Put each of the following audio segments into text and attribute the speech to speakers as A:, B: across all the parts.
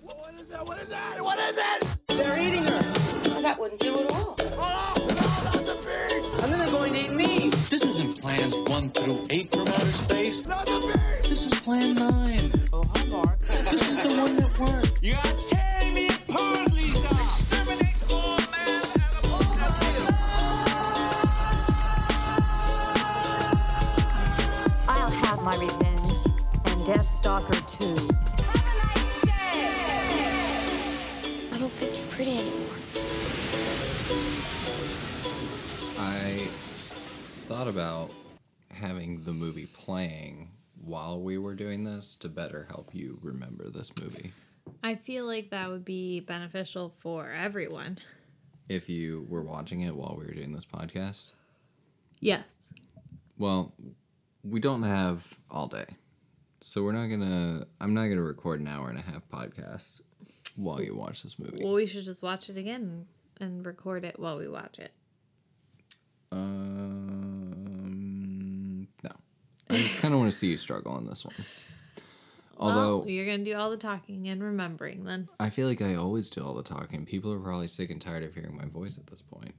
A: What is that? What is that? What is it?
B: They're eating her. That wouldn't do at all.
A: Oh, no, not the beast!
B: And then they're going to eat me.
C: This isn't plans one through eight from outer space.
A: Not the beast!
C: This is plan nine.
B: Oh, hi, Mark.
C: This is the one that worked.
A: You are tearing me apart, Lisa! Exterminate all man animals!
D: I'll have my revenge and Death Stalker too.
E: I don't think you're pretty anymore.
F: I thought about having the movie playing while we were doing this to better help you remember this movie.
G: I feel like that would be beneficial for everyone.
F: If you were watching it while we were doing this podcast,
G: Yes.
F: well, we don't have all day. So we're not going to I'm not going to record an hour and a half podcast while you watch this movie.
G: Well, we should just watch it again and record it while we watch it.
F: Um no. I just kind of want to see you struggle on this one. Although
G: well, you're gonna do all the talking and remembering then.
F: I feel like I always do all the talking. People are probably sick and tired of hearing my voice at this point.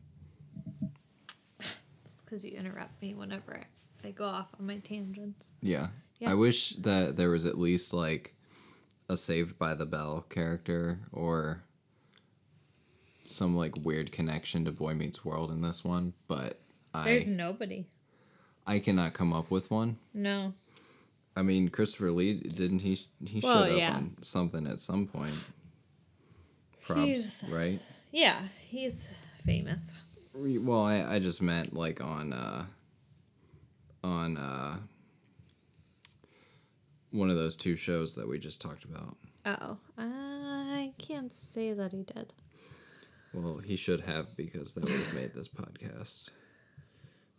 G: It's because you interrupt me whenever I- I go off on my tangents.
F: Yeah.
G: Yeah.
F: I wish that there was at least like a Saved by the Bell character or some like weird connection to Boy Meets World in this one, but
G: There's
F: I
G: nobody.
F: I cannot come up with one.
G: No.
F: I mean, Christopher Lee didn't he he
G: Well,
F: showed up
G: yeah.
F: on something at some point. Props,
G: He's-
F: right?
G: Yeah, he's famous.
F: Re- Well, I, I just meant like on uh on uh one of those two shows that we just talked about.
G: Oh, I can't say that he did.
F: Well, he should have because that would have made this podcast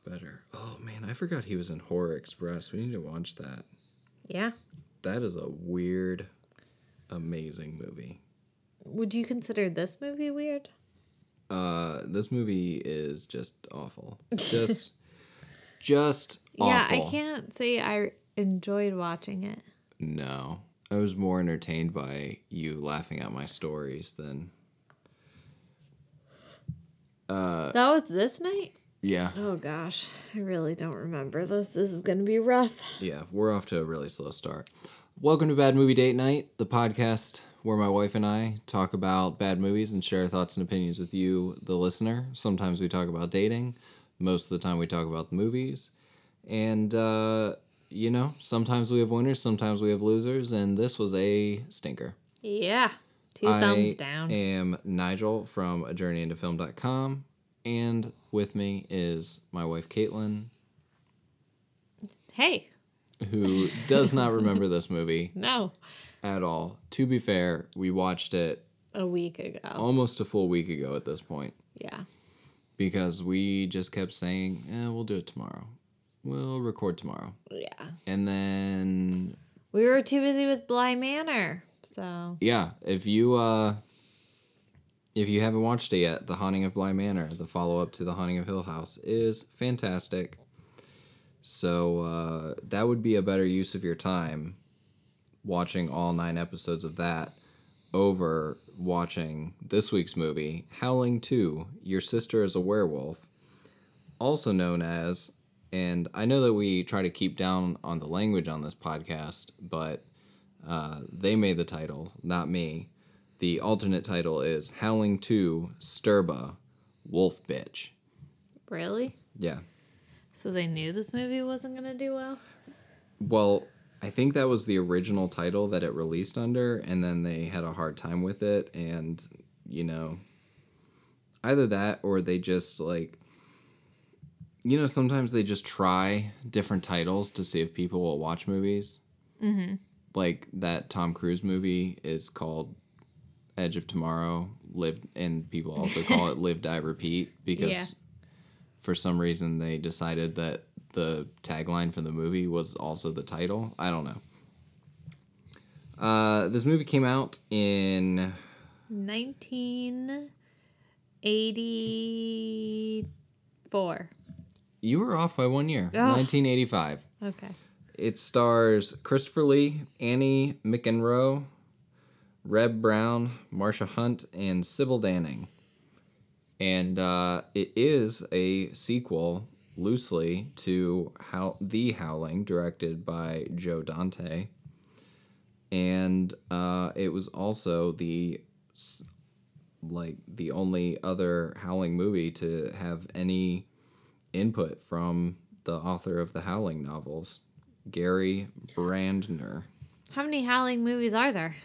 F: better. Oh man, I forgot he was in Horror Express. We need to watch that.
G: Yeah.
F: That is a weird amazing movie.
G: Would you consider this movie weird?
F: Uh this movie is just awful. Just just awful.
G: Yeah, I can't say I enjoyed watching it.
F: No. I was more entertained by you laughing at my stories than Uh,
G: that was this night?
F: Yeah.
G: Oh gosh, I really don't remember this. This is gonna be rough.
F: Yeah, we're off to a really slow start. Welcome to Bad Movie Date Night, the podcast where my wife and I talk about bad movies and share our thoughts and opinions with you, the listener. Sometimes we talk about dating, most of the time we talk about the movies. And uh, you know, sometimes we have winners, sometimes we have losers, and this was a stinker.
G: Yeah. Two
F: I
G: thumbs down.
F: am Nigel from a journey into film.com and with me is my wife Caitlin,
G: Hey,
F: who does not remember this movie
G: no.
F: at all. To be fair, we watched it
G: A week ago.
F: almost a full week ago at this point
G: Yeah.
F: because we just kept saying, eh, we'll do it tomorrow. We'll record tomorrow.
G: Yeah.
F: And then
G: We were too busy with Bly Manor. So
F: yeah, if you uh if you haven't watched it yet, The Haunting of Bly Manor, the follow-up to The Haunting of Hill House is fantastic. So uh that would be a better use of your time watching all 9 episodes of that over watching this week's movie, Howling 2: Your Sister is a Werewolf, also known as and I know that we try to keep down on the language on this podcast, but they made the title, not me. The alternate title is Howling 2 Sturba Wolf Bitch.
G: really?
F: Yeah.
G: So they knew this movie wasn't gonna do well?
F: Well, I think that was the original title that it released under, and then they had a hard time with it. And, you know, either that or they just like, you know, sometimes they just try different titles to see if people will watch movies. Mm-hmm. Like that Tom Cruise movie is called Edge of Tomorrow, Live, and people also call it Live, Die, Repeat because
G: Yeah.
F: for some reason they decided that the tagline for the movie was also the title. I don't know. Uh, this movie came out in
G: Nineteen eighty four.
F: you were off by one year, 1985.
G: Okay.
F: It stars Christopher Lee, Annie McEnroe, Reb Brown, Marsha Hunt, and Sybil Danning. And uh, it is a sequel, loosely, to How- The Howling, directed by Joe Dante. And uh, it was also the s- like the only other Howling movie to have any input from the author of the Howling novels, Gary Brandner.
G: How many Howling movies are there?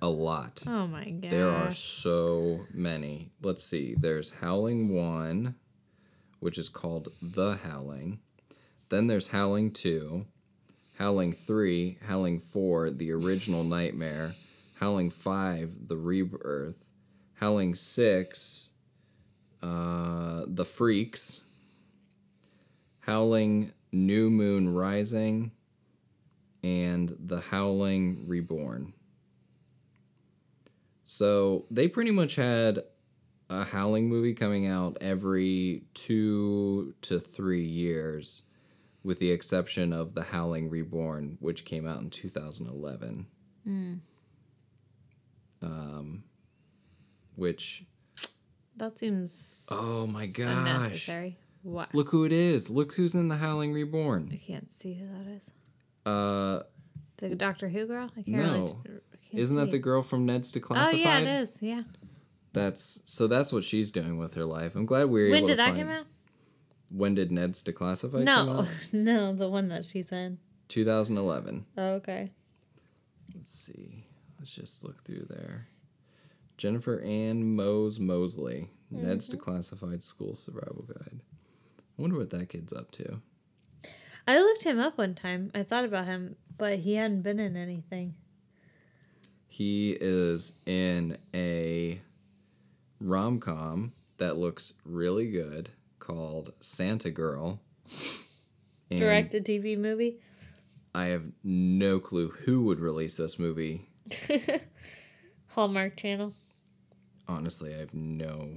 F: A lot.
G: Oh my god.
F: There are so many. Let's see. There's Howling 1, which is called The Howling. Then there's Howling 2, Howling 3, Howling 4, The Original Nightmare, Howling 5, The Rebirth, Howling 6, uh, The Freaks, Howling New Moon Rising, and The Howling Reborn. So they pretty much had a Howling movie coming out every two to three years, with the exception of The Howling Reborn, which came out in 2011. Um,
G: Mm.
F: which,
G: That seems
F: oh my gosh.
G: unnecessary. What?
F: Look who it is. Look who's in The Howling Reborn.
G: I can't see who that is.
F: Uh,
G: The Doctor Who girl? I can't really.
F: no.
G: I can't
F: Isn't that
G: see.
F: the girl from Ned's
G: Oh
F: Declassified?
G: yeah, it is. Yeah.
F: That's so. That's what she's doing with her life. I'm glad we were
G: when
F: able to
G: did that
F: find-
G: come out?
F: When did Ned's Declassified come
G: No,
F: out?
G: no, the one that she's in.
F: 2011.
G: Oh, okay.
F: Let's see. Let's just look through there. Jennifer Ann Mose Mosley, Ned's Declassified School Survival Guide. I wonder what that kid's up to.
G: I looked him up one time. I thought about him, but he hadn't been in anything.
F: He is in a rom com that looks really good called Santa Girl. And
G: Direct a TV movie.
F: I have no clue who would release this movie
G: Hallmark Channel.
F: honestly i have no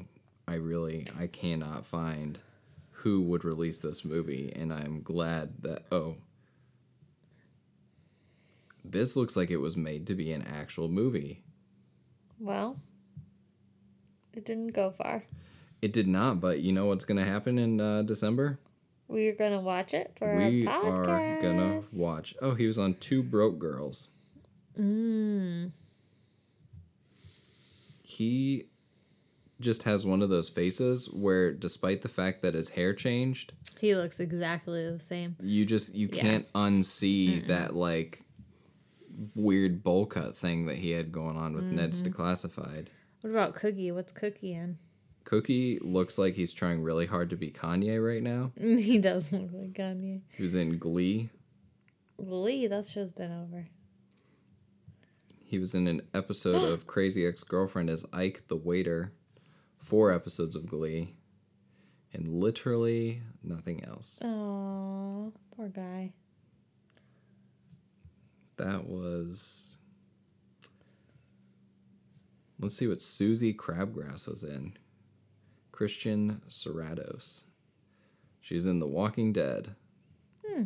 F: i really i cannot find who would release this movie and i'm glad that oh this looks like it was made to be an actual movie
G: Well, it didn't go far.
F: it did not but you know what's gonna happen in uh, december
G: We are gonna watch it for
F: we
G: our podcast.
F: are gonna watch oh he was on two broke girls
G: Mm.
F: he just has one of those faces where despite the fact that his hair changed
G: He looks exactly the same.
F: you just you can't unsee that like weird bowl cut thing that he had going on with Ned's Declassified.
G: What about Cookie? What's Cookie in?
F: Cookie looks like he's trying really hard to be Kanye right now.
G: he does look like Kanye.
F: He was in Glee.
G: Lee, that show's been over.
F: He was in an episode of Crazy Ex Girlfriend as Ike the waiter. Four episodes of Glee, and literally nothing else.
G: Oh, poor guy.
F: That was. Let's see what Susie Crabgrass was in. Christian Serratos. She's in The Walking Dead.
G: Hmm.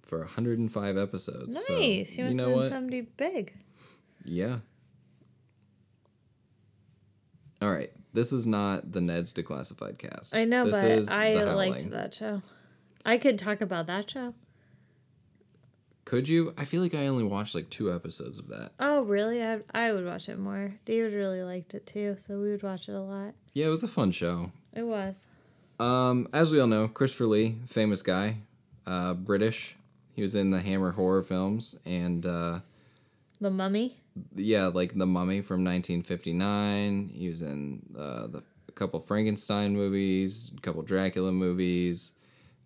F: For 105 episodes.
G: Nice.
F: so
G: she
F: you
G: must
F: know
G: have been
F: what?
G: somebody big.
F: Yeah. All right. This is not the Ned's Declassified cast.
G: I know,
F: this
G: but I
F: The
G: liked
F: Howling.
G: that show. I could talk about that show.
F: Could you? I feel like I only watched like two episodes of that.
G: Oh, really? I, I would watch it more. David really liked it too, so we would watch it a lot.
F: Yeah, it was a fun show.
G: It was.
F: Um, as we all know, Christopher Lee, famous guy, uh, British. He was in the Hammer horror films and uh,
G: The Mummy.
F: yeah, like The Mummy from 1959. He was in uh, the, a couple Frankenstein movies, a couple Dracula movies.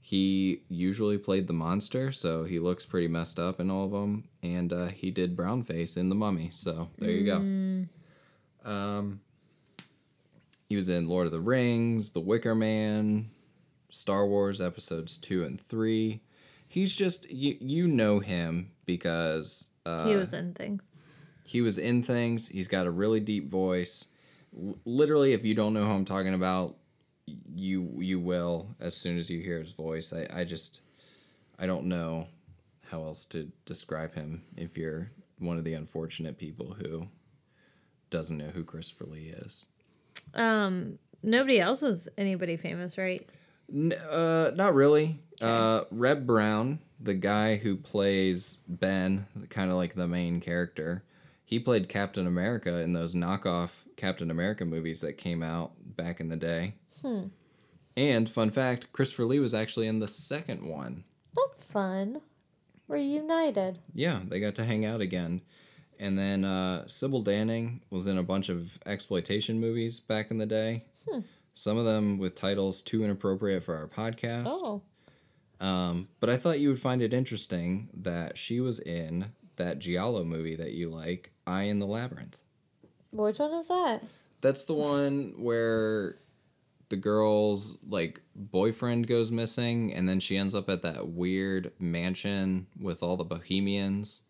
F: He usually played the monster, so he looks pretty messed up in all of them. And uh, he did brownface in The Mummy, so there you go. Um, he was in Lord of the Rings, The Wicker Man, Star Wars episodes two and three. He's just you you know him because uh,
G: he was in things.
F: he was in things. He's got a really deep voice. L- literally, if you don't know who I'm talking about, you you will as soon as you hear his voice. I, I just I don't know how else to describe him if you're one of the unfortunate people who doesn't know who Christopher Lee is.
G: Um, nobody else was anybody famous, right?
F: N- uh, not really. Uh, Reb Brown, the guy who plays Ben, kind of like the main character, he played Captain America in those knockoff Captain America movies that came out back in the day. And fun fact, Christopher Lee was actually in the second one.
G: That's fun. Reunited.
F: Yeah, they got to hang out again. And then uh, Sybil Danning was in a bunch of exploitation movies back in the day. Some of them with titles too inappropriate for our podcast.
G: Oh,
F: Um, but I thought you would find it interesting that she was in that Giallo movie that you like, Eye in the Labyrinth.
G: which one is that?
F: That's the one where the girl's like boyfriend goes missing and then she ends up at that weird mansion with all the bohemians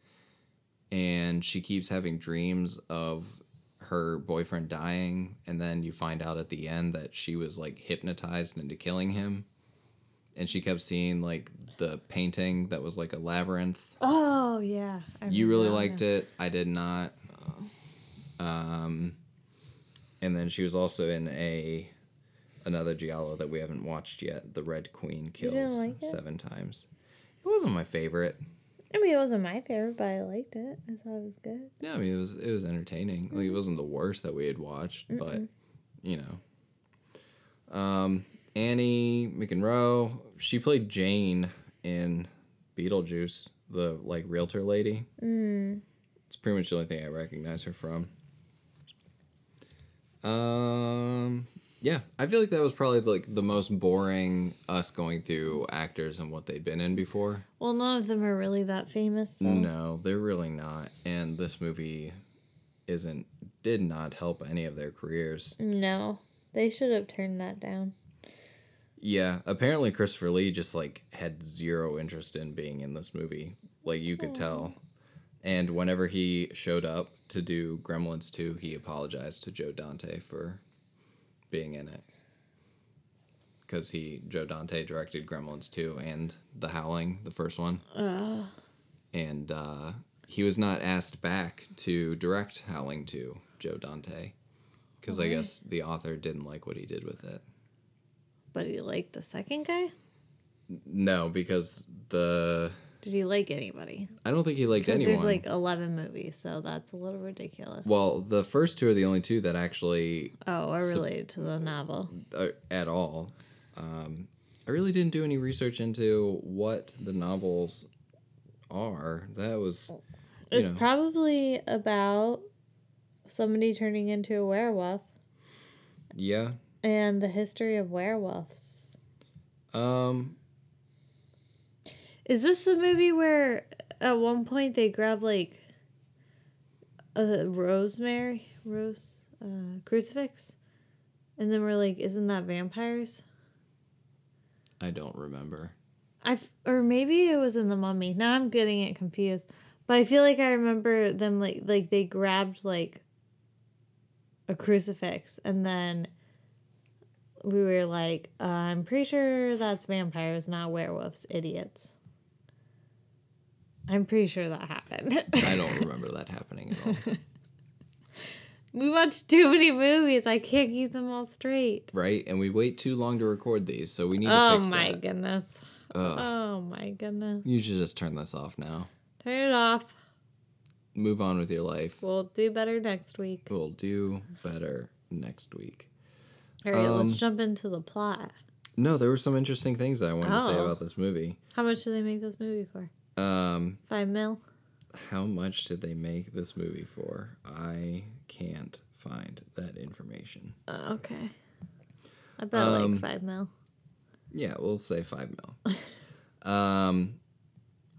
F: and she keeps having dreams of her boyfriend dying and then you find out at the end that she was like hypnotized into killing him and she kept seeing like the painting that was like a labyrinth
G: Oh yeah. I
F: you really
G: remember that
F: liked it. I did not. Um, and then she was also in a another giallo that we haven't watched yet. The Red Queen
G: didn't
F: kills
G: like it?
F: seven times. It wasn't my favorite.
G: now. I mean, it wasn't my favorite, but I liked it. I thought it was good.
F: Yeah, I mean it was it was entertaining. Like it wasn't the worst that we had watched, but you know. Um, Annie McEnroe, she played Jane in Beetlejuice, the like realtor lady. Mm. It's pretty much the only thing I recognize her from. Um, yeah, I feel like that was probably like the most boring us going through actors and what they'd been in before.
G: Well, none of them are really that famous. So.
F: No, they're really not. And this movie isn't did not help any of their careers.
G: No, they should have turned that down.
F: Yeah, apparently Christopher Lee just like had zero interest in being in this movie. Like you could tell. And whenever he showed up to do Gremlins 2, he apologized to Joe Dante for being in it. Cuz he Joe Dante directed Gremlins 2 and The Howling, the first one. And uh he was not asked back to direct Howling 2, Joe Dante, cuz I guess the author didn't like what he did with it.
G: But he liked the second guy.
F: No, because the
G: Did he like anybody?
F: I don't think he liked
G: Because
F: anyone.
G: there's like eleven movies, so that's a little ridiculous.
F: well, the first two are the only two that actually
G: oh, I relate to the novel.
F: uh, at all. Um, I really didn't do any research into what the novels are. That was
G: It's
F: know.
G: probably about somebody turning into a werewolf
F: yeah.
G: and the history of werewolves.
F: Um,
G: Is this the movie where at one point they grab like a rosemary rose uh, crucifix, and then we're like, isn't that vampires?
F: I don't remember.
G: I f- or maybe it was in the mummy. Now I'm getting it confused, but I feel like I remember them like like they grabbed like a crucifix and then we were like, uh, I'm pretty sure that's vampires, not werewolves, idiots. I'm pretty sure that happened.
F: I don't remember that happening at all.
G: we watched too many movies. I can't keep them all straight.
F: Right? And we wait too long to record these, so we need to
G: Oh
F: fix
G: my
F: that.
G: goodness.
F: Ugh.
G: Oh my goodness.
F: You should just turn this off now.
G: Turn it off.
F: Move on with your life.
G: We'll do better next week.
F: We'll do better next week.
G: All right,
F: Um,
G: let's jump into the plot.
F: No, there were some interesting things that I wanted to say
G: Oh.
F: about this movie.
G: How much did they make this movie for?
F: Um,
G: Five mil.
F: how much did they make this movie for? I can't find that information.
G: Uh, okay. I bet
F: Um,
G: like five mil.
F: Yeah, we'll say five mil. um,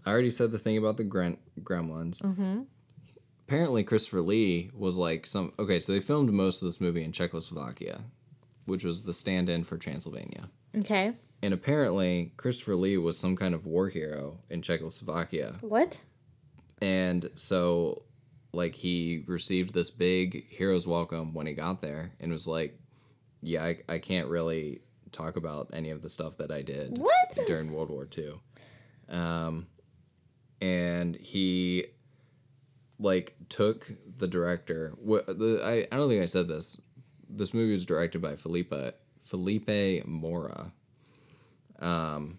F: I already said the thing about the Gren- Gremlins.
G: Mhm.
F: Apparently, Christopher Lee was like some. Okay, so they filmed most of this movie in Czechoslovakia, which was the stand-in for Transylvania.
G: Okay.
F: And apparently, Christopher Lee was some kind of war hero in Czechoslovakia
G: What?
F: And so, like, he received this big hero's welcome when he got there and was like, Yeah, I, I can't really talk about any of the stuff that I did
G: What?
F: during World War II. Um, and he like took the director. wh- the, I I don't think I said this. This movie was directed by Felipe Felipe Mora. Um,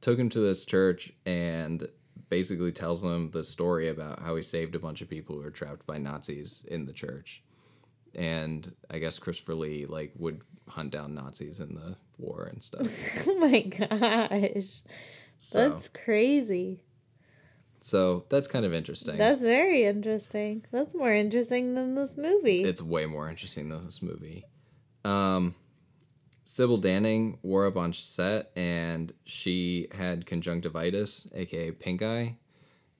F: took him to this church and basically tells them the story about how he saved a bunch of people who were trapped by Nazis in the church. And I guess Christopher Lee like would hunt down Nazis in the war and stuff.
G: Oh my gosh.
F: So
G: That's crazy.
F: so that's kind of interesting.
G: That's very interesting. That's more interesting than this movie.
F: it's way more interesting than this movie. Um, Sybil Danning wore up on set and she had conjunctivitis, aka pink eye,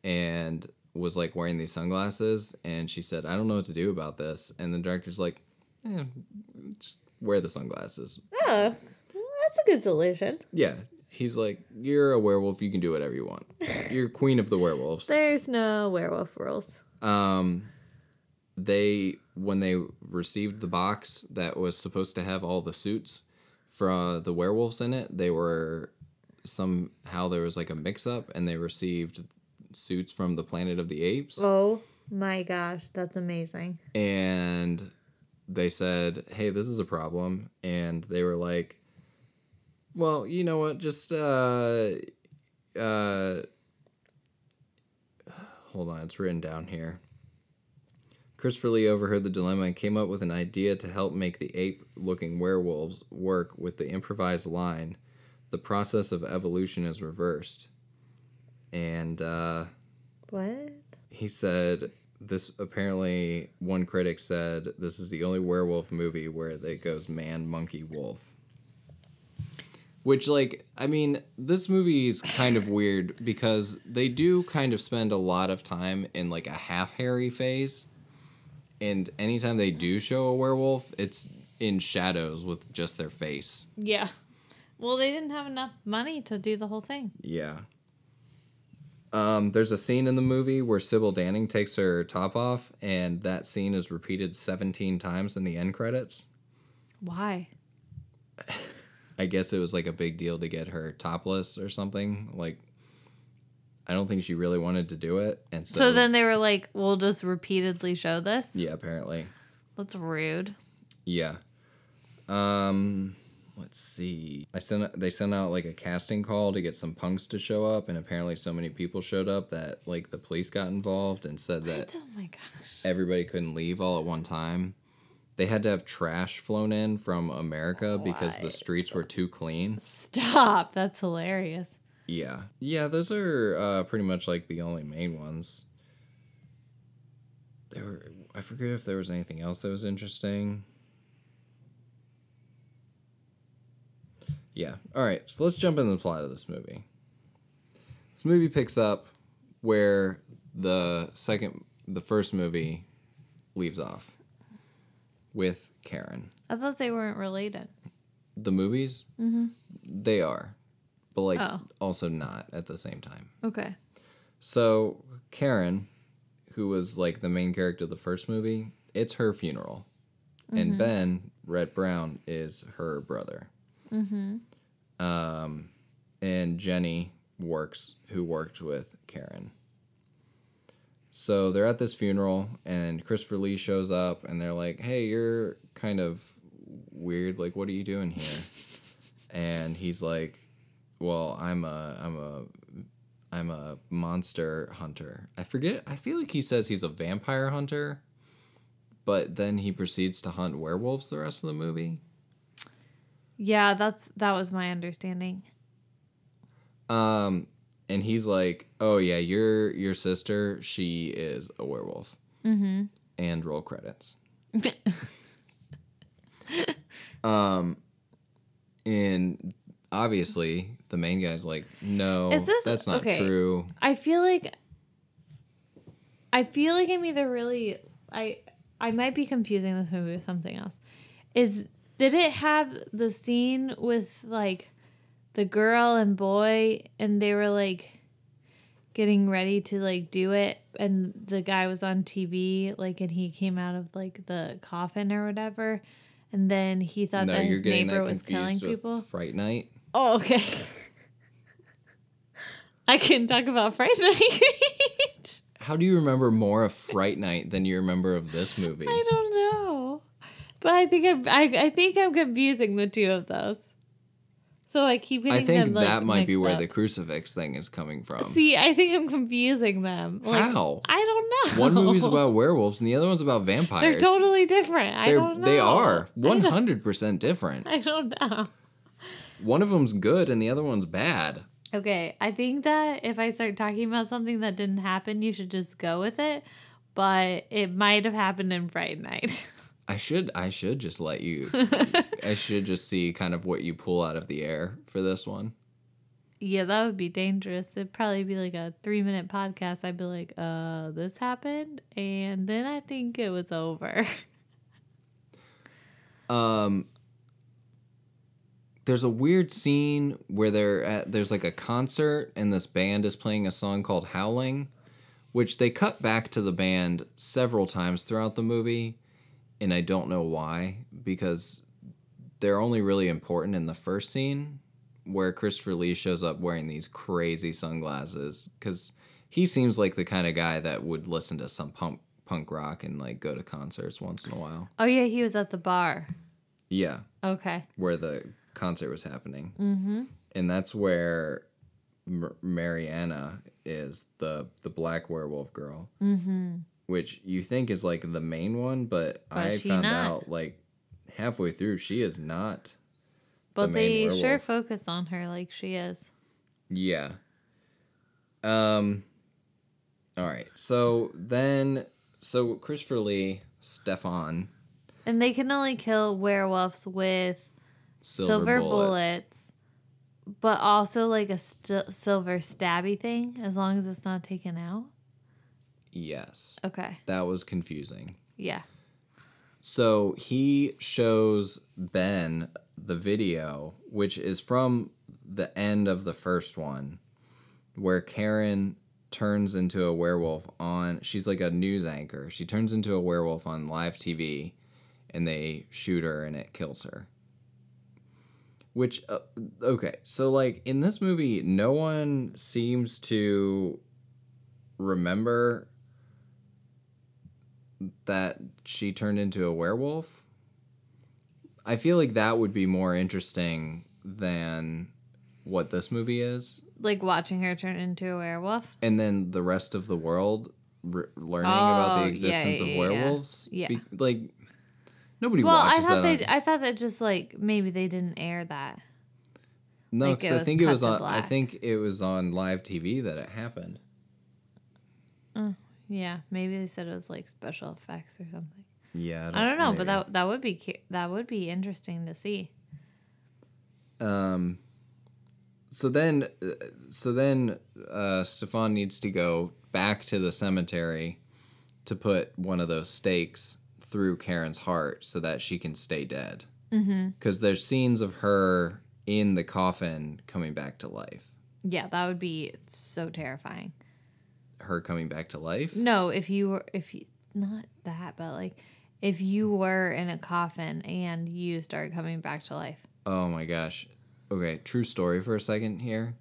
F: and was like wearing these sunglasses. And she said, I don't know what to do about this. And the director's like, eh, just wear the sunglasses.
G: oh, that's a good solution.
F: Yeah. He's like, You're a werewolf. You can do whatever you want. You're queen of the werewolves.
G: There's no werewolf rules.
F: um they when they received the box that was supposed to have all the suits for uh, the werewolves in it they were somehow there was like a mix up and they received suits from the planet of the apes
G: Oh my gosh, that's amazing.
F: and they said, "Hey, this is a problem." And they were like, "Well, you know what? Just uh uh hold on, it's written down here." Christopher Lee overheard the dilemma and came up with an idea to help make the ape-looking werewolves work with the improvised line. The process of evolution is reversed. And uh
G: What?
F: he said this apparently one critic said this is the only werewolf movie where it goes man monkey wolf which like i mean this movie is kind of weird because they do kind of spend a lot of time in like a half hairy phase and anytime they do show a werewolf it's in shadows with just their face
G: Yeah. Well, they didn't have enough money to do the whole thing.
F: Yeah. Um, there's a scene in the movie where Sybil Danning takes her top off, and that scene is repeated 17 times in the end credits.
G: Why?
F: I guess it was like a big deal to get her topless or something. Like, I don't think she really wanted to do it. And so,
G: So, then they were like, we'll just repeatedly show this?
F: yeah, apparently.
G: That's rude.
F: Yeah. Um let's see. I sent they sent out like a casting call to get some punks to show up and apparently so many people showed up that like the police got involved and said that
G: Oh my gosh.
F: everybody couldn't leave all at one time. They had to have trash flown in from America because the streets were too clean.
G: Stop. That's hilarious.
F: Yeah. Yeah, those are uh, pretty much like the only main ones. There were I forget if there was anything else that was interesting. Yeah. All right. So let's jump into the plot of this movie. This movie picks up where the second the first movie leaves off with Karen
G: I thought they weren't related.
F: the movies they are but like
G: Oh.
F: also not at the same time
G: Okay.
F: so karen who was like the main character of the first movie it's her funeral and ben red brown is her brother um, and jenny works who worked with karen so they're at this funeral and christopher lee shows up and they're like hey you're kind of weird like what are you doing here and he's like well i'm a i'm a i'm a monster hunter i forget i feel like he says he's a vampire hunter but then he proceeds to hunt werewolves the rest of the movie
G: Yeah, that's that was my understanding.
F: um and he's like oh yeah your your sister she is a werewolf mm-hmm. and roll credits um and obviously the main guy's like no
G: Is this-
F: that's not
G: okay.
F: true
G: I feel like I feel like I'm either really I I might be confusing this movie with something else. Is did it have the scene with like the girl and boy and they were like getting ready to like do it and the guy was on TV like and he came out of like the coffin or whatever and then he thought
F: no
G: that
F: you're
G: his
F: getting
G: neighbor
F: that
G: was killing
F: confused with
G: people.
F: fright night
G: Oh, okay. I can talk about Fright Night.
F: How do you remember more of Fright Night than you remember of this movie?
G: I don't know, but I think I'm, I I think I'm confusing the two of those. So I keep
F: I
G: getting
F: think
G: them, like,
F: that might be
G: mixed
F: where
G: up.
F: the crucifix thing is coming from.
G: See, I think I'm confusing them. Like,
F: How?
G: I don't know.
F: One movie's about werewolves and the other one's about vampires.
G: They're totally different. I
F: They're-
G: don't know.
F: They are
G: I don't-
F: 100% different.
G: I don't know.
F: One of them's good and the other one's bad.
G: Okay, I think that if I start talking about something that didn't happen, you should just go with it. But it might have happened in Fright Night.
F: I should I should just let you I should just see kind of what you pull out of the air for this one.
G: yeah, that would be dangerous. It'd probably be like a three minute podcast. I'd be like, uh, this happened. And then I think it was over.
F: Um there's a weird scene where they're at there's like a concert and this band is playing a song called Howling, which they cut back to the band several times throughout the movie, and I don't know why, because they're only really important in the first scene where Christopher Lee shows up wearing these crazy sunglasses because he seems like the kind of guy that would listen to some punk punk rock and like go to concerts once in a while.
G: Oh, yeah, he was at the bar.
F: Yeah
G: Okay.
F: where the concert was happening. Mm-hmm. And that's where M- Mariana is the the black werewolf girl, mm-hmm. which you think is like the main one, but I
G: she
F: found
G: not.
F: out like halfway through she is not.
G: But
F: main
G: they sure
F: werewolf.
G: focus on her like she is.
F: Yeah. Um. All right. So then, so Christopher Lee, Stefan,
G: And they can only kill werewolves with
F: silver,
G: silver,
F: bullets.
G: bullets. but also like a st- silver stabby thing, as long as it's not taken out.
F: Yes,
G: Okay.
F: that was confusing.
G: Yeah.
F: So he shows Ben the video, which is from the end of the first one, where Karen turns into a werewolf on. She's like a news anchor. She turns into a werewolf on live TV, and they shoot her, and it kills her. Which, uh, okay, so like in this movie, no one seems to remember that she turned into a werewolf. I feel like that would be more interesting than what this movie is,
G: Like watching her turn into a werewolf.
F: and then the rest of the world re- learning about
G: Oh,
F: the
G: yeah,
F: existence
G: yeah,
F: of
G: yeah.
F: werewolves.
G: Yeah.
F: Be- like nobody
G: Well, I
F: watches
G: thought
F: that. on-
G: they. I thought that just like maybe they didn't air that.
F: no,
G: like,
F: 'cause
G: it
F: I
G: was
F: think it
G: cut
F: was
G: to
F: on. I
G: black.
F: think it was on live TV that it happened.
G: Yeah, maybe they said it was like special effects or something.
F: Oh, Yeah,
G: I don't know,
F: maybe.
G: but that that would be cu- that would be interesting to see.
F: Um, so then, so then, uh, Stefan needs to go back to the cemetery to put one of those stakes through Karen's heart so that she can stay dead. Because mm-hmm. there's scenes of her in the coffin coming back to life.
G: Yeah, that would be so terrifying.
F: Her coming back to life.
G: No, if you were if you not that, but like if you were in a coffin and you start coming back to life.
F: Oh my gosh. Okay, true story for a second here.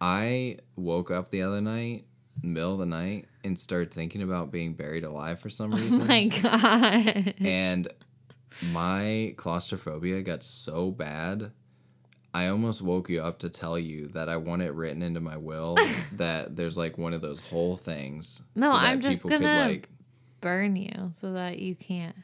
F: I woke up the other night, middle of the night, and started thinking about being buried alive for some reason.
G: Oh My God.
F: and my claustrophobia got so bad i almost woke you up to tell you that i want it written into my will that there's like one of those whole things
G: No,
F: so that
G: I'm just
F: people could,
G: gonna-
F: like
G: Burn you so that you can't.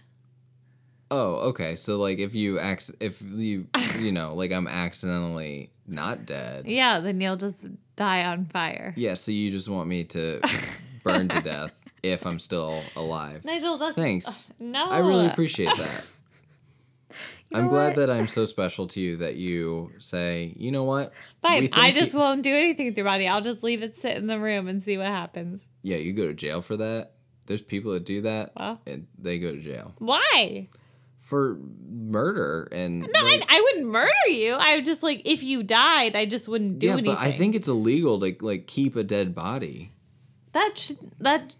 F: oh okay so like if you acc- if you you know like i'm accidentally not dead yeah,
G: Yeah, then you'll just die on fire.
F: so you just want me to burn to death if i'm still alive
G: Nigel, that's uh,
F: thanks
G: no.
F: i really appreciate that
G: You
F: i'm
G: know
F: glad
G: what?
F: that i'm so special to you that you say you know what
G: Fine,
F: We
G: I
F: think
G: just
F: you-
G: won't do anything with your body. I'll just leave it sit in the room and see what happens.
F: yeah, you go to jail for that. There's people that do that,
G: Well.
F: and they go to jail
G: Why?
F: for murder and
G: No, I, I wouldn't murder you. I would just like if you died, I just wouldn't do
F: yeah,
G: anything.
F: but I think it's illegal to like keep a dead body.
G: that should that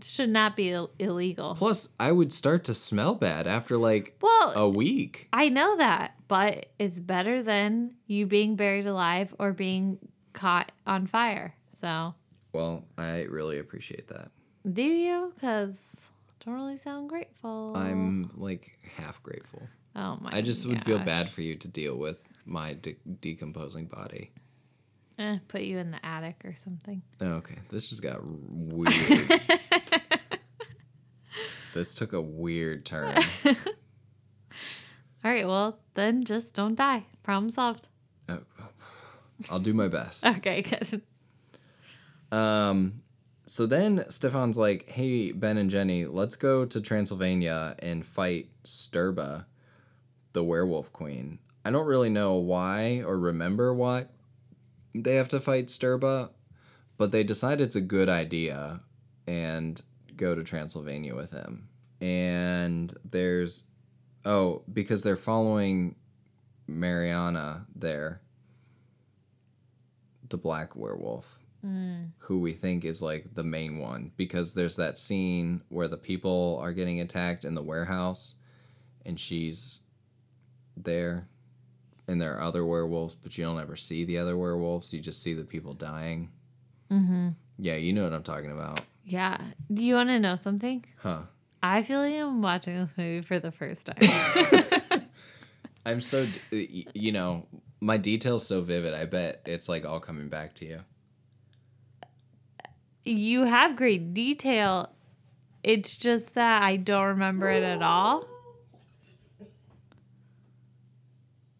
G: should not be Ill- illegal.
F: Plus, I would start to smell bad after like
G: well,
F: a week.
G: I know that, but it's better than you being buried alive or being caught on fire. So
F: Well, I really appreciate that.
G: Do you? Because don't really sound grateful.
F: I'm like half grateful.
G: Oh my.
F: I just would feel
G: gosh.
F: bad for you to deal with my de- decomposing body.
G: Eh, put you in the attic or something.
F: Okay, this just got r- weird. this took a weird turn.
G: All right. Well, then just don't die. Problem solved.
F: Oh, I'll do my best.
G: Okay. Good.
F: Um, so then Stefan's like, "Hey Ben and Jenny, let's go to Transylvania and fight Sturba, the werewolf queen." I don't really know why or remember why they have to fight Sturba, but they decide it's a good idea and go to Transylvania with him. And there's oh, because they're following Mariana there, the black werewolf who we think is like the main one because there's that scene where the people are getting attacked in the warehouse and she's there and there are other werewolves but you don't ever see the other werewolves you just see the people dying mm-hmm. yeah you know what i'm talking about
G: Yeah. Do you want to know something?
F: huh
G: I feel like I'm watching this movie for the first time.
F: i'm so d- y- you know my details so vivid i bet it's like all coming back to you
G: you have great detail. It's just that I don't remember it at all.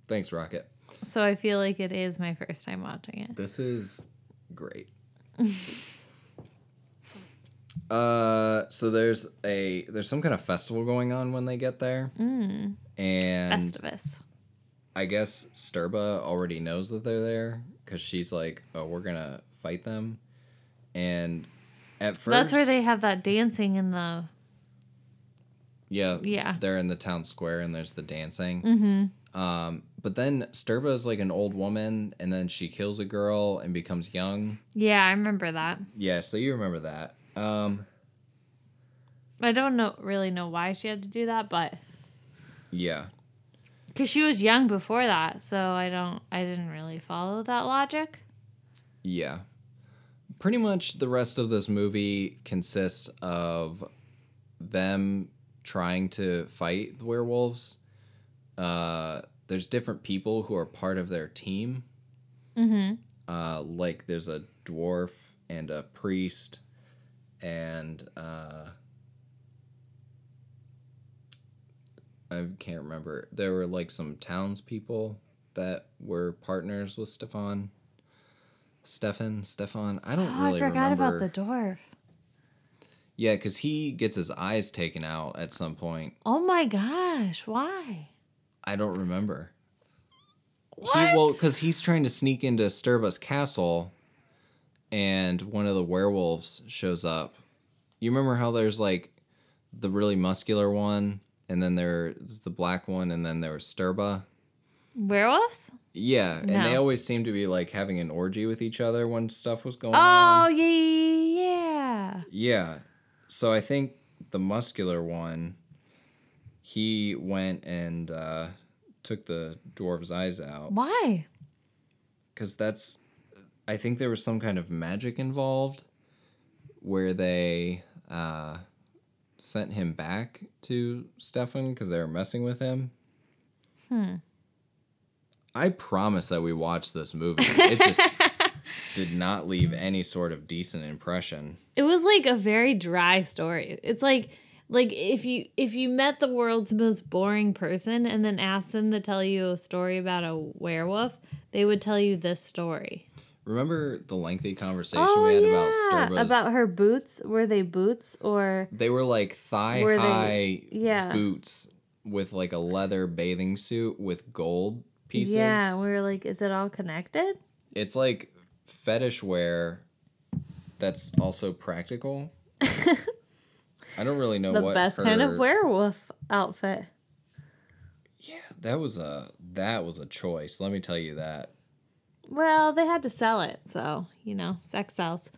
F: thanks rocket
G: So I feel like it is my first time watching it.
F: This is great. uh, so there's a there's some kind of festival going on when they get there,
G: Mm.
F: and
G: Festivus.
F: I guess Sturba already knows that they're there because she's like, "Oh, we're gonna fight them," and at first
G: That's where they have that dancing in the
F: Yeah.
G: Yeah.
F: They're in the town square and there's the dancing. Mm-hmm. Um, but then Sturba is like an old woman and then she kills a girl and becomes young.
G: Yeah, I remember that.
F: Yeah, so you remember that. Um,
G: I don't know really know why she had to do that, but
F: yeah.
G: because she was young before that, so I don't, I didn't really follow that logic.
F: Yeah. Pretty much the rest of this movie consists of them trying to fight the werewolves. Uh, there's different people who are part of their team. Mm-hmm. Uh, like there's a dwarf and a priest and uh, I can't remember. There were like some townspeople that were partners with Stefan. Stefan, Stefan. Ah, Oh, I don't really remember.
G: dwarf.
F: Yeah, because he gets his eyes taken out at some point.
G: Oh my gosh, why?
F: I don't remember. He, well, because he's trying to sneak into Sturba's castle, and one of the werewolves shows up. You remember how there's like the really muscular one, and then there's the black one, and then there was Sturba.
G: Werewolves?
F: Yeah, and they
G: No.
F: always seem to be like having an orgy with each other when stuff was going on.
G: Oh yeah, yeah, yeah.
F: Yeah. So I think the muscular one, he went and uh, took the dwarf's eyes out
G: Why?
F: because that's. I think there was some kind of magic involved, where they uh, sent him back to Stefan because they were messing with him. Hmm. I promise that we watched this movie. It just did not leave any sort of decent impression.
G: It was like a very dry story. It's like like if you if you met the world's most boring person and then asked them to tell you a story about a werewolf, they would tell you this story.
F: Remember the lengthy conversation we had about Sturba's?
G: Oh, about her boots. Were they boots or
F: they were like thigh
G: Were they-
F: high
G: yeah.
F: boots with like a leather bathing suit with gold pieces.
G: Yeah, we were like, is it all connected?
F: It's like fetish wear that's also practical. I don't really know
G: The
F: what
G: best kind of
F: her-
G: werewolf outfit.
F: Yeah, that was a that was a choice. Let me tell you that.
G: Well, they had to sell it, so you know, sex sells.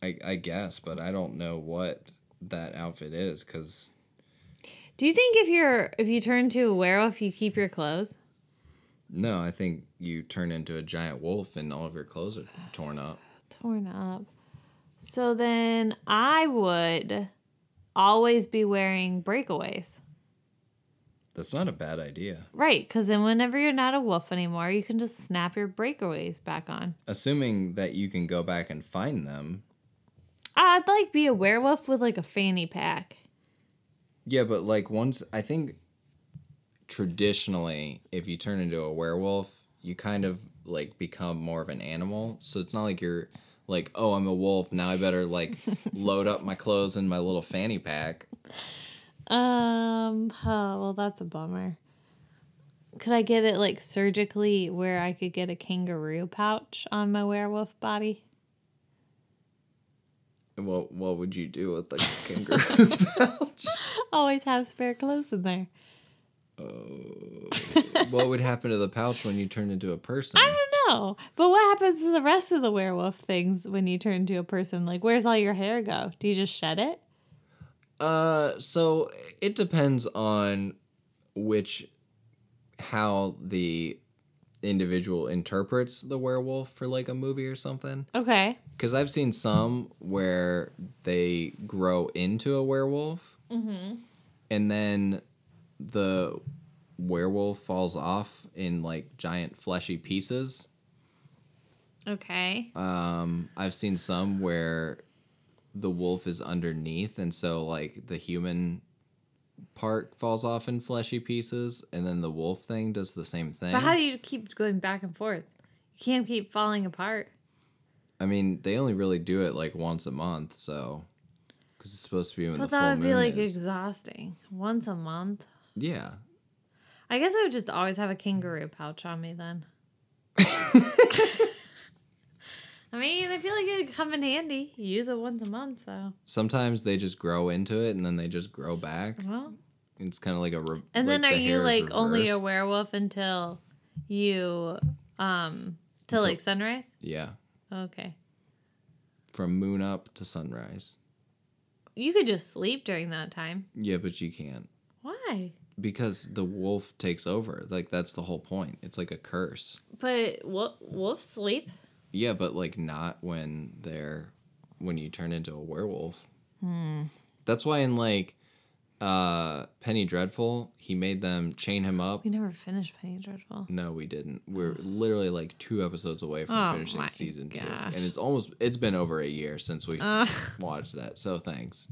F: I, I guess, but I don't know what that outfit is because
G: Do you think if you're if you turn to a werewolf, you keep your clothes?
F: no, I think you turn into a giant wolf and all of your clothes are torn up.
G: torn up. So then I would always be wearing breakaways.
F: That's not a bad idea.
G: Right, because then whenever you're not a wolf anymore, you can just snap your breakaways back on.
F: Assuming that you can go back and find them.
G: I'd like be a werewolf with like a fanny pack.
F: Yeah, but like once I think traditionally if you turn into a werewolf, you kind of like become more of an animal. So it's not like you're like, "Oh, I'm a wolf, now I better like load up my clothes in my little fanny pack."
G: Um. Oh, well, that's a bummer. Could I get it like surgically where I could get a kangaroo pouch on my werewolf body?
F: And what what would you do with like a kangaroo pouch?
G: Always have spare clothes in there.
F: What would happen to the pouch when you turn into a person?
G: I don't know. But what happens to the rest of the werewolf things when you turn into a person? Like, where's all your hair go? Do you just shed it?
F: Uh, so it depends on which how the individual interprets the werewolf for like a movie or something
G: Okay.
F: because i've seen some where they grow into a werewolf
G: Mm-hmm.
F: and then the werewolf falls off in like giant fleshy pieces
G: Okay.
F: um, I've seen some where the wolf is underneath, and so like the human part falls off in fleshy pieces, and then the wolf thing does the same thing.
G: But how do you keep going back and forth? You can't keep falling apart.
F: I mean, they only really do it like once a month, so because it's supposed to be when
G: But
F: the full
G: that would
F: moon
G: be like
F: is.
G: exhausting. Once a month.
F: yeah,
G: I guess I would just always have a kangaroo pouch on me then. I mean, I feel like it would come in handy. You use it once a month, so.
F: sometimes they just grow into it, and then they just grow back.
G: Well.
F: It's kind of like a. Re-
G: Uh-huh. And
F: like,
G: then are
F: the
G: you
F: hair is
G: like only a
F: reversed.
G: werewolf until you um till like sunrise?
F: Yeah,
G: Okay.
F: from moon up to sunrise.
G: You could just sleep during that time.
F: Yeah, but you can't.
G: Why?
F: because the wolf takes over like that's the whole point it's like a curse
G: But wo- wolves sleep.
F: yeah but like not when they're when you turn into a werewolf
G: Hmm.
F: that's why in like uh penny dreadful he made them chain him up
G: We never finished Penny Dreadful.
F: no we didn't we're literally like two episodes away from
G: Mm. Oh
F: finishing
G: my
F: season
G: gosh.
F: two and it's almost it's been over a year since we
G: Uh,
F: watched that so thanks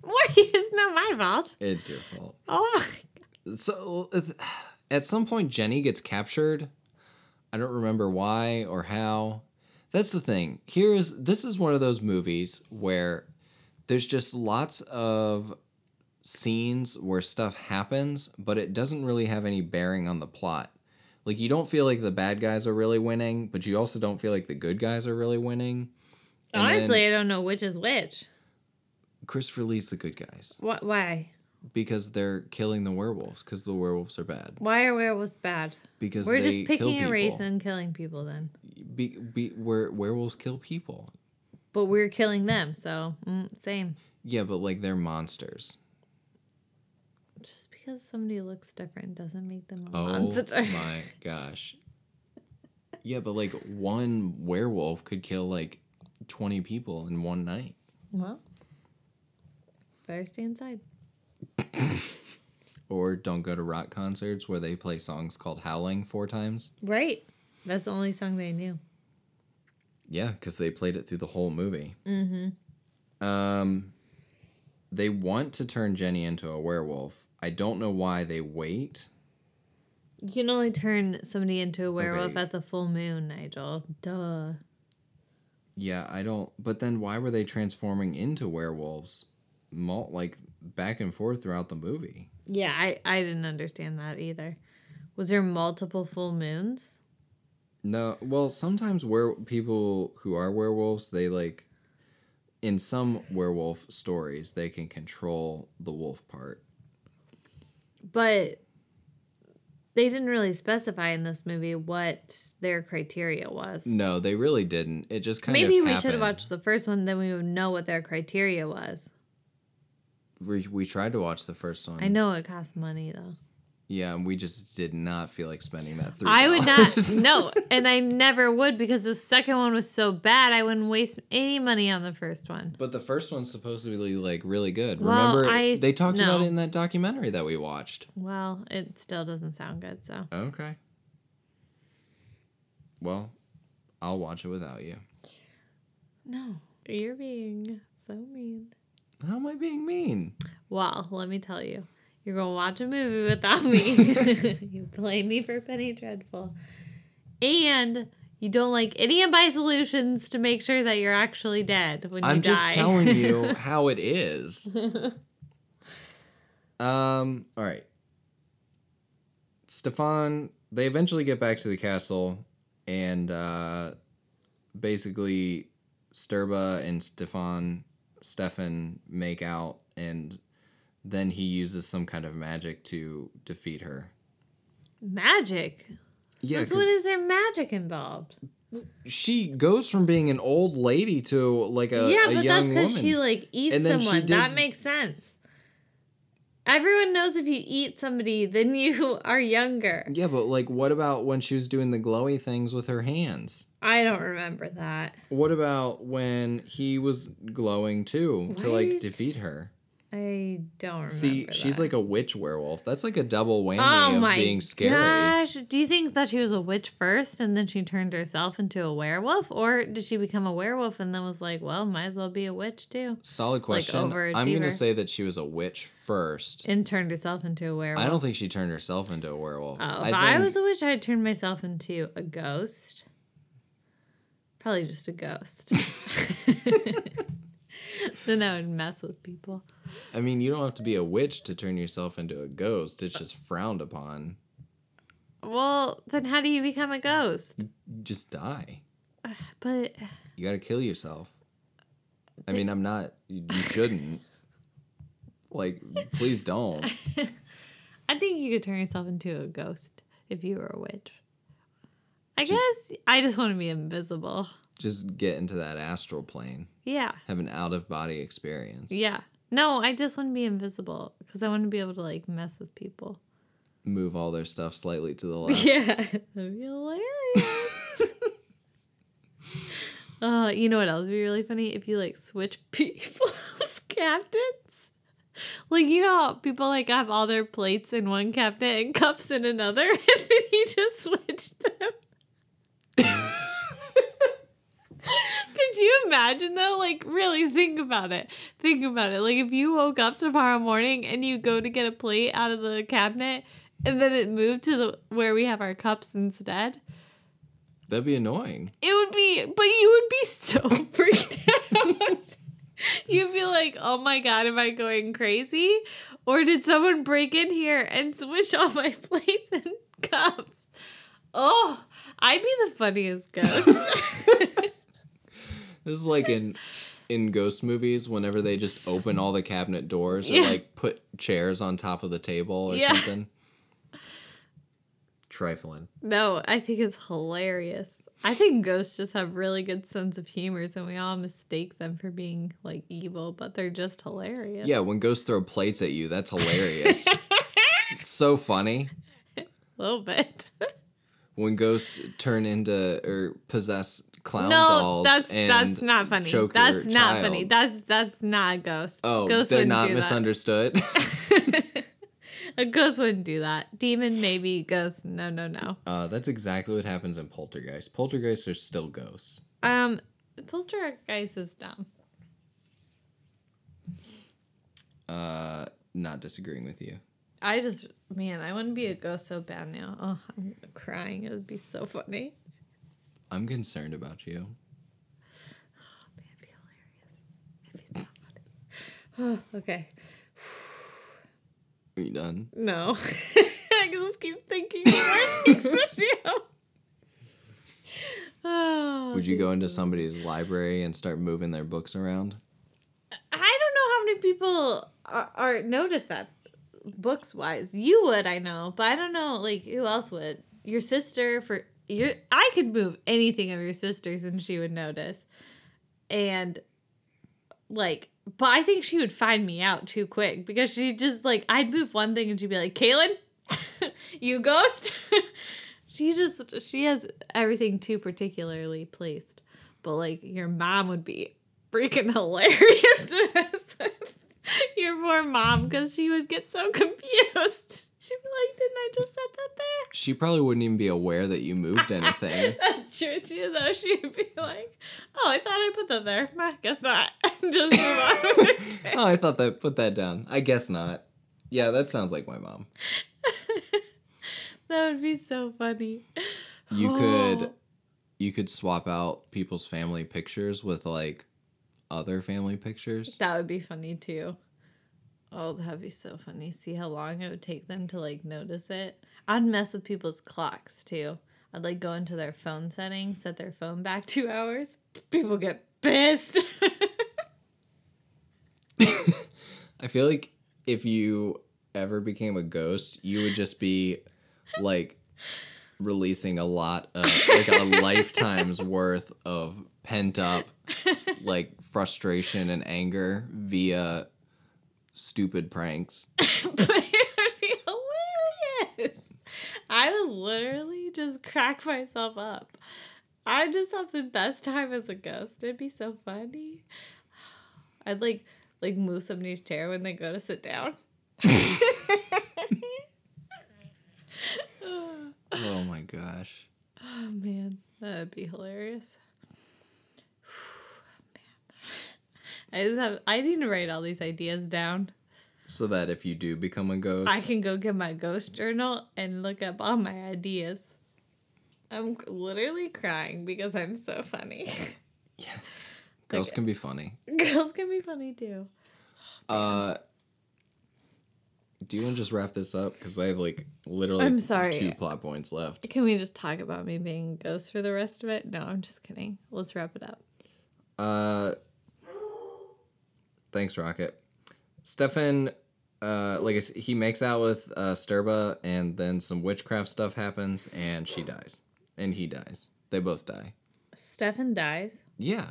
G: what? It's not my fault.
F: it's your fault
G: Oh,
F: so if- at some point jenny gets captured i don't remember why or how that's the thing here is this is one of those movies where there's just lots of scenes where stuff happens but it doesn't really have any bearing on the plot like you don't feel like the bad guys are really winning but you also don't feel like the good guys are really winning And then
G: honestly, I don't know which is which.
F: christopher lee's the good guys
G: What? Why?
F: because they're killing the werewolves because the werewolves are bad
G: Why are werewolves bad?
F: because
G: We're
F: they
G: just
F: kill
G: picking a
F: people.
G: race and killing people then.
F: be, be where werewolves kill people.
G: But we're killing them, so mm, same.
F: Yeah, but like they're monsters.
G: Just because somebody looks different doesn't make them a
F: Oh
G: monster.
F: my gosh. Yeah, but like one werewolf could kill like 20 people in one night.
G: Well, better stay inside.
F: Or don't go to rock concerts where they play songs called Howling four times.
G: Right. That's the only song they knew.
F: Yeah, because they played it through the whole movie. Mm-hmm. Um, they want to turn Jenny into a werewolf. I don't know why they wait.
G: You can only turn somebody into a werewolf
F: Okay.
G: at the full moon, Nigel. Duh.
F: Yeah, I don't. But then why were they transforming into werewolves, mul- like back and forth throughout the movie?
G: Yeah, I, I didn't understand that either. Was there multiple full moons?
F: No, well, sometimes were people who are werewolves, they like, in some werewolf stories, they can control the wolf part.
G: But they didn't really specify in this movie what their criteria was.
F: No, they really didn't. It just kind of
G: Maybe we should have
F: happened.
G: watched the first one, then we would know what their criteria was.
F: We, we tried to watch the first one.
G: I know it costs money though.
F: Yeah, and we just did not feel like spending that three.
G: I would not.
F: dollars.
G: No, and I never would because the second one was so bad. I wouldn't waste any money on the first one.
F: But the first one's supposedly like really good.
G: Well,
F: Remember
G: I-
F: they talked about
G: no.
F: it in that documentary that we watched.
G: Well, it still doesn't sound good. So
F: Okay. Well, I'll watch it without you.
G: no, you're being so mean.
F: How am I being mean?
G: Well, let me tell you, you're gonna watch a movie without me. you blame me for Penny Dreadful, and you don't like any of my solutions to make sure that you're actually dead when
F: I'm
G: you die.
F: just telling you how it is. um, all right. Stefan, they eventually get back to the castle and uh basically Sturba and Stefan Stefan make out and then he uses some kind of magic to defeat her.
G: magic.
F: Yeah,
G: That's what
F: 'cause-
G: is there magic involved?
F: she goes from being an old lady to like a,
G: yeah,
F: a
G: but that's
F: young
G: because
F: woman.
G: she like eats
F: And then she
G: someone. That
F: did-
G: makes sense. Everyone knows if you eat somebody, then you are younger.
F: yeah, but like, what about when she was doing the glowy things with her hands?
G: I don't remember that.
F: What about when he was glowing too to like
G: What?
F: defeat her?
G: I don't remember.
F: See, she's
G: that.
F: like a witch werewolf. That's like a double whammy
G: oh
F: of
G: my
F: being scary.
G: gosh. Do you think that she was a witch first and then she turned herself into a werewolf? Or did she become a werewolf and then was like, well, might as well be a witch too?
F: Solid question. I'm gonna
G: overachiever.
F: say that she was a witch first.
G: And turned herself into a werewolf.
F: I don't think she turned herself into a werewolf.
G: Oh,
F: I
G: if
F: think,
G: I, was a witch, I'd turn myself into a ghost. Probably just a ghost. then I would mess with people.
F: I mean, you don't have to be a witch to turn yourself into a ghost. It's just frowned upon.
G: Well, then how do you become a ghost?
F: Just die.
G: But
F: You gotta kill yourself. I mean, I'm not. You, you shouldn't. like, please don't.
G: I think you could turn yourself into a ghost if you were a witch. I guess I just want to be invisible.
F: Just get into that astral plane.
G: Yeah.
F: Have an out of body experience.
G: Yeah. No, I just want to be invisible because I want to be able to like mess with people.
F: Move all their stuff slightly to the left.
G: Yeah, that'd be hilarious. uh, you know what else would be really funny if you like switch people's cabinets? Like you know, how people like have all their plates in one cabinet and cups in another, and then you just switch them. Could you imagine though? Like, really think about it. Think about it. Like, if you woke up tomorrow morning and you go to get a plate out of the cabinet and then it moved to the where we have our cups instead,
F: That'd be annoying.
G: it would be, but you would be so freaked out. You'd be like, oh my God, am I going crazy? Or did someone break in here and switch all my plates and cups? Oh, I'd be the funniest ghost.
F: This is like in in ghost movies whenever they just open all the cabinet doors or
G: Yeah.
F: like put chairs on top of the table or
G: Yeah.
F: something. Trifling.
G: No, I think it's hilarious. I think ghosts just have really good sense of humor, and we all mistake them for being like evil, but they're just hilarious.
F: Yeah, when ghosts throw plates at you, that's hilarious. it's so funny.
G: a little bit.
F: when ghosts turn into or possess clown
G: no,
F: dolls
G: that's
F: and
G: that's not funny.
F: choke
G: That's not
F: your child.
G: funny. That's that's not a ghost.
F: oh,
G: ghosts
F: they're
G: wouldn't
F: not
G: do that.
F: misunderstood.
G: a ghost wouldn't do that. Demon maybe. Ghost no no no.
F: uh, that's exactly what happens in poltergeist. Poltergeists are still ghosts.
G: Um, poltergeist is dumb.
F: Uh, not disagreeing with you.
G: I just man, I wouldn't be a ghost so bad now. Oh, I'm crying. It would be so funny.
F: I'm concerned about you.
G: It'd be hilarious. It'd be so funny. Oh, okay.
F: Are you done?
G: No. I can just keep thinking more things this year. Oh,
F: Would you go into somebody's library and start moving their books around?
G: I don't know how many people are, are notice that books wise. You would, I know, but I don't know like who else would. Your sister for your I could move anything of your sister's and she would notice. And like but I think she would find me out too quick because she just like I'd move one thing and she'd be like, Kaylin, you ghost. she just she has everything too particularly placed, but like your mom would be freaking hilarious. to mess with. your poor mom, because she would get so confused. She'd be like, "Didn't I just set that there?"
F: She probably wouldn't even be aware that you moved anything.
G: That's true too, though. She'd be like, "Oh, I thought I put that there. Nah, guess not." And just move on. with her day.
F: oh, I thought that put that down. I guess not. Yeah, that sounds like my mom.
G: that would be so funny.
F: You could
G: Oh.
F: you could swap out people's family pictures with like other family pictures.
G: That would be funny too. Oh, that'd be so funny. See how long it would take them to like notice it. I'd mess with people's clocks too. I'd like go into their phone settings, set their phone back two hours. People get pissed.
F: I feel like if you ever became a ghost, you would just be like releasing a lot of like a lifetime's worth of pent up like frustration and anger via stupid pranks.
G: but it would be hilarious. I would literally just crack myself up. I just have the best time as a ghost. It'd be so funny. I'd like like move somebody's chair when they go to sit down. oh
F: Oh my gosh.
G: man, that'd be hilarious. Man. I just have I need to write all these ideas down.
F: So that if you do become a ghost,
G: I can go get my ghost journal and look up all my ideas. I'm literally crying because I'm so funny.
F: ghosts can be funny.
G: Girls can be funny too.
F: Uh do you want to just wrap this up? Because I have like literally
G: I'm sorry.
F: two plot points left.
G: Can we just talk about me being a ghost for the rest of it? No, I'm just kidding. Let's wrap it up.
F: Uh, thanks, Rocket. Stefan, uh, like I s he makes out with uh, Sturba, and then some witchcraft stuff happens, and she dies, and he dies. They both die.
G: Stefan dies.
F: Yeah.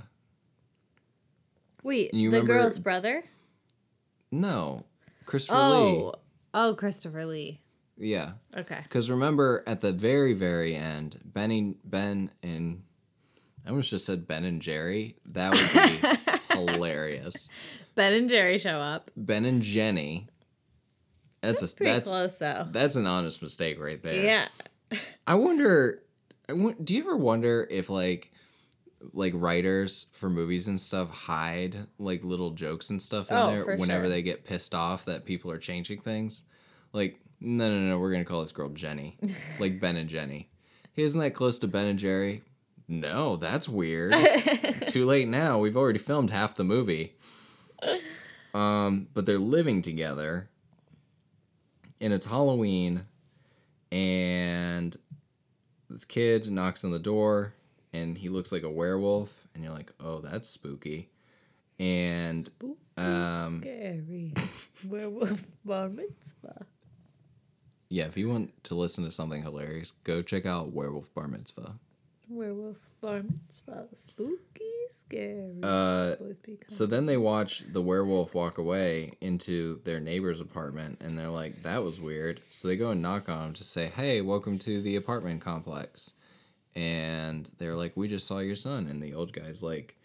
G: Wait,
F: You
G: the
F: remember-
G: girl's brother?
F: No. Christopher
G: Oh. Oh, Christopher Lee.
F: Lee. Yeah.
G: Okay.
F: Because remember, at the very, very end, Benny, Ben, and I almost just said Ben and Jerry. That would be hilarious.
G: Ben and Jerry show up.
F: Ben and Jenny. That's a
G: Pretty
F: that's
G: close though.
F: that's an honest mistake right there.
G: Yeah.
F: I wonder. I won- do you ever wonder if like like writers for movies and stuff hide like little jokes and stuff in
G: Oh,
F: there
G: for
F: whenever
G: sure.
F: they get pissed off that people are changing things? Like, no, no, no, we're gonna call this girl Jenny, like Ben and Jenny. Hey, isn't that close to Ben and Jerry? No, that's weird. Too late now. We've already filmed half the movie. Um, but they're living together, and it's Halloween, and this kid knocks on the door and he looks like a werewolf and you're like oh that's spooky and um
G: Scary. Werewolf bar mitzvah.
F: yeah if you want to listen to something hilarious go check out werewolf bar mitzvah
G: Werewolf bar mitzvah. Spooky, scary.
F: uh
G: Always be kind.
F: so then they watch the werewolf walk away into their neighbor's apartment and they're like that was weird so they go and knock on him to say hey welcome to the apartment complex and they're like we just saw your son and the old guy's like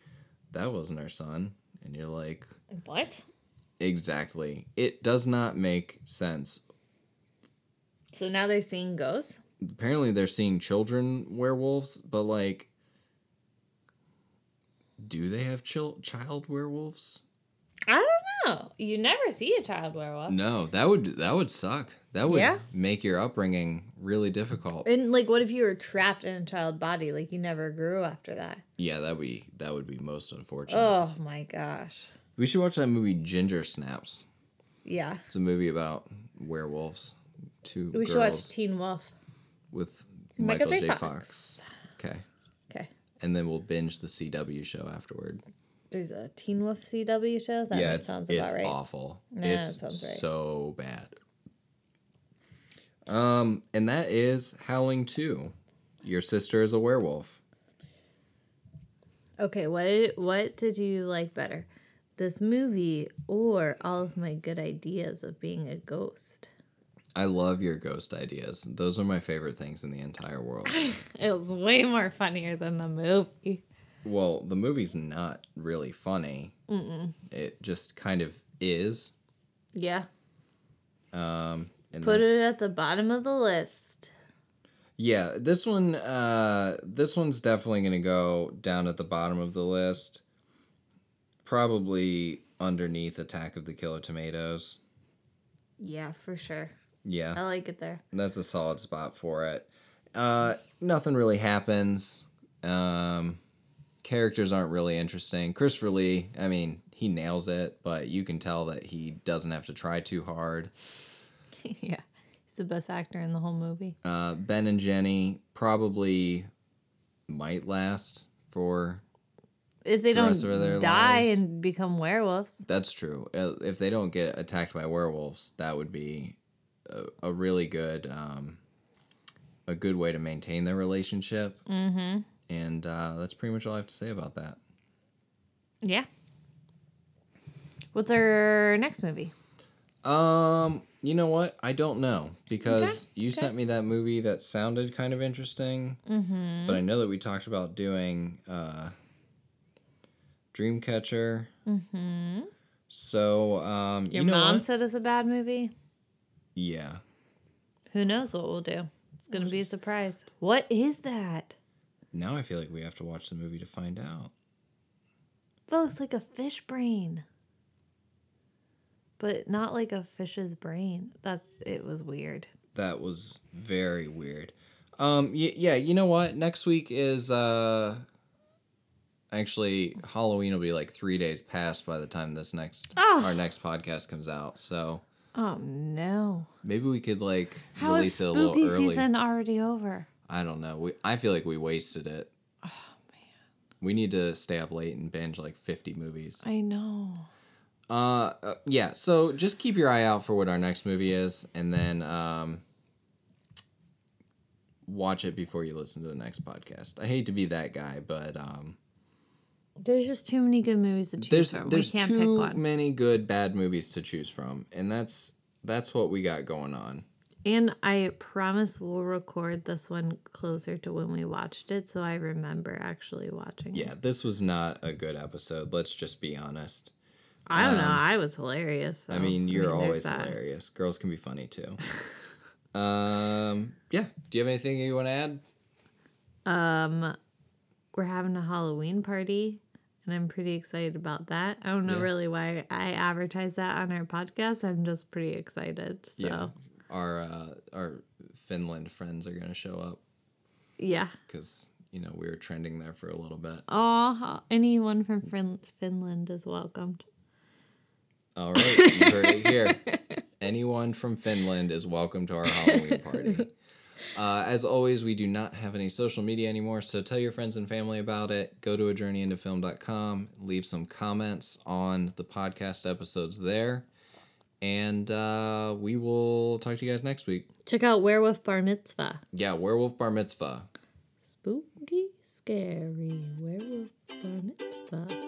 F: that wasn't our son and you're like
G: What?
F: Exactly. It does not make sense.
G: So now they're seeing ghosts?
F: Apparently, they're seeing children werewolves, but like, do they have chil- child werewolves?
G: I don't know. You never see a child werewolf.
F: No, that would that would suck. That would
G: Yeah.
F: make your upbringing really difficult.
G: And like, what if you were trapped in a child body? Like, you never grew after that.
F: Yeah, that be that would be most unfortunate.
G: Oh my gosh.
F: We should watch that movie Ginger Snaps.
G: Yeah.
F: It's a movie about werewolves. Two
G: We
F: girls
G: should watch Teen Wolf.
F: with
G: Michael
F: Michael,
G: J.
F: J.
G: Fox.
F: Fox. Okay,
G: Okay.
F: and then we'll binge the CW show afterward.
G: There's a Teen Wolf CW show. That
F: yeah, it's,
G: sounds about
F: it's
G: right.
F: awful.
G: Nah, that
F: it's
G: sounds right.
F: so bad. Um, and that is Howling Two. Your sister is a werewolf.
G: Okay, what did, what did you like better? This movie or all of my good ideas of being a ghost?
F: I love your ghost ideas. Those are my favorite things in the entire world.
G: It was way more funnier than the movie.
F: Well, the movie's not really funny. Mm-mm. It just kind of is.
G: Yeah.
F: Um, and
G: Put
F: that's-
G: it at the bottom of the list.
F: Yeah, this one, uh, this one's definitely gonna go down at the bottom of the list. Probably underneath Attack of the Killer Tomatoes.
G: Yeah, for sure. I
F: Yeah,
G: like it there.
F: that's a solid spot for it. Uh, nothing really happens. Um, characters aren't really interesting. Christopher Lee, I mean, he nails it, but you can tell that he doesn't have to try too hard.
G: yeah. He's the best actor in the whole movie.
F: Uh, ben and Jenny probably might last for
G: If they
F: the
G: don't
F: rest of their
G: die
F: lives.
G: and become werewolves.
F: That's true. Uh, If they don't get attacked by werewolves, that would be a, a really good um, a good way to maintain their relationship. Mm-hmm. And uh, that's pretty much all I have to say about that.
G: Yeah. What's our next movie?
F: Um, you know what? I don't know because you sent me that movie that sounded kind of interesting, mm-hmm. but I know that we talked about doing uh, Dreamcatcher. Mm-hmm. So, um,
G: Your
F: you know
G: mom
F: what?
G: said it's a bad movie.
F: yeah.
G: Who knows what we'll do? It's gonna be a surprise. What is that?
F: Now I feel like we have to watch the movie to find out.
G: That looks like a fish brain. But not like a fish's brain. That's it was weird.
F: That was very weird. Um, y- yeah, you know what? Next week is uh, actually Halloween will be like three days past by the time this next
G: Oh.
F: our next podcast comes out. So
G: Oh no.
F: maybe we could like
G: How is
F: release it a little
G: spooky
F: early.
G: season already over?
F: I don't know. We I feel like we wasted it. Oh man. We need to stay up late and binge like fifty movies.
G: I know.
F: Uh, uh, yeah. So just keep your eye out for what our next movie is, and then um, watch it before you listen to the next podcast. I hate to be that guy, but um,
G: There's just too many good movies to choose
F: there's
G: from.
F: there's
G: we can't pick
F: too
G: one.
F: many good bad movies to choose from, and that's that's what we got going on.
G: And I promise we'll record this one closer to when we watched it, so I remember actually watching. it.
F: Yeah, this was not a good episode. Let's just be honest.
G: I don't know. I was hilarious. so,
F: um, I mean, you're
G: there's
F: always
G: that.
F: hilarious. Girls can be funny too. um, yeah. Do you have anything you want to add?
G: We're having a Halloween party, and I'm pretty excited about that. I don't know
F: Yeah.
G: really why I advertise that on our podcast. I'm just pretty excited. So yeah,
F: Our uh, our Finland friends are gonna show up because you know we were trending there for a little bit.
G: Aw, anyone from fin- Finland is welcomed.
F: All right, you heard it here. Anyone from Finland is welcome to our Halloween party. Uh, as always, we do not have any social media anymore, so tell your friends and family about it. Go to a journeyintofilm.com, leave some comments on the podcast episodes there, and uh, we will talk to you guys next week.
G: Check out Werewolf Bar Mitzvah.
F: Yeah, Werewolf Bar Mitzvah.
G: Spooky, scary Werewolf Bar Mitzvah.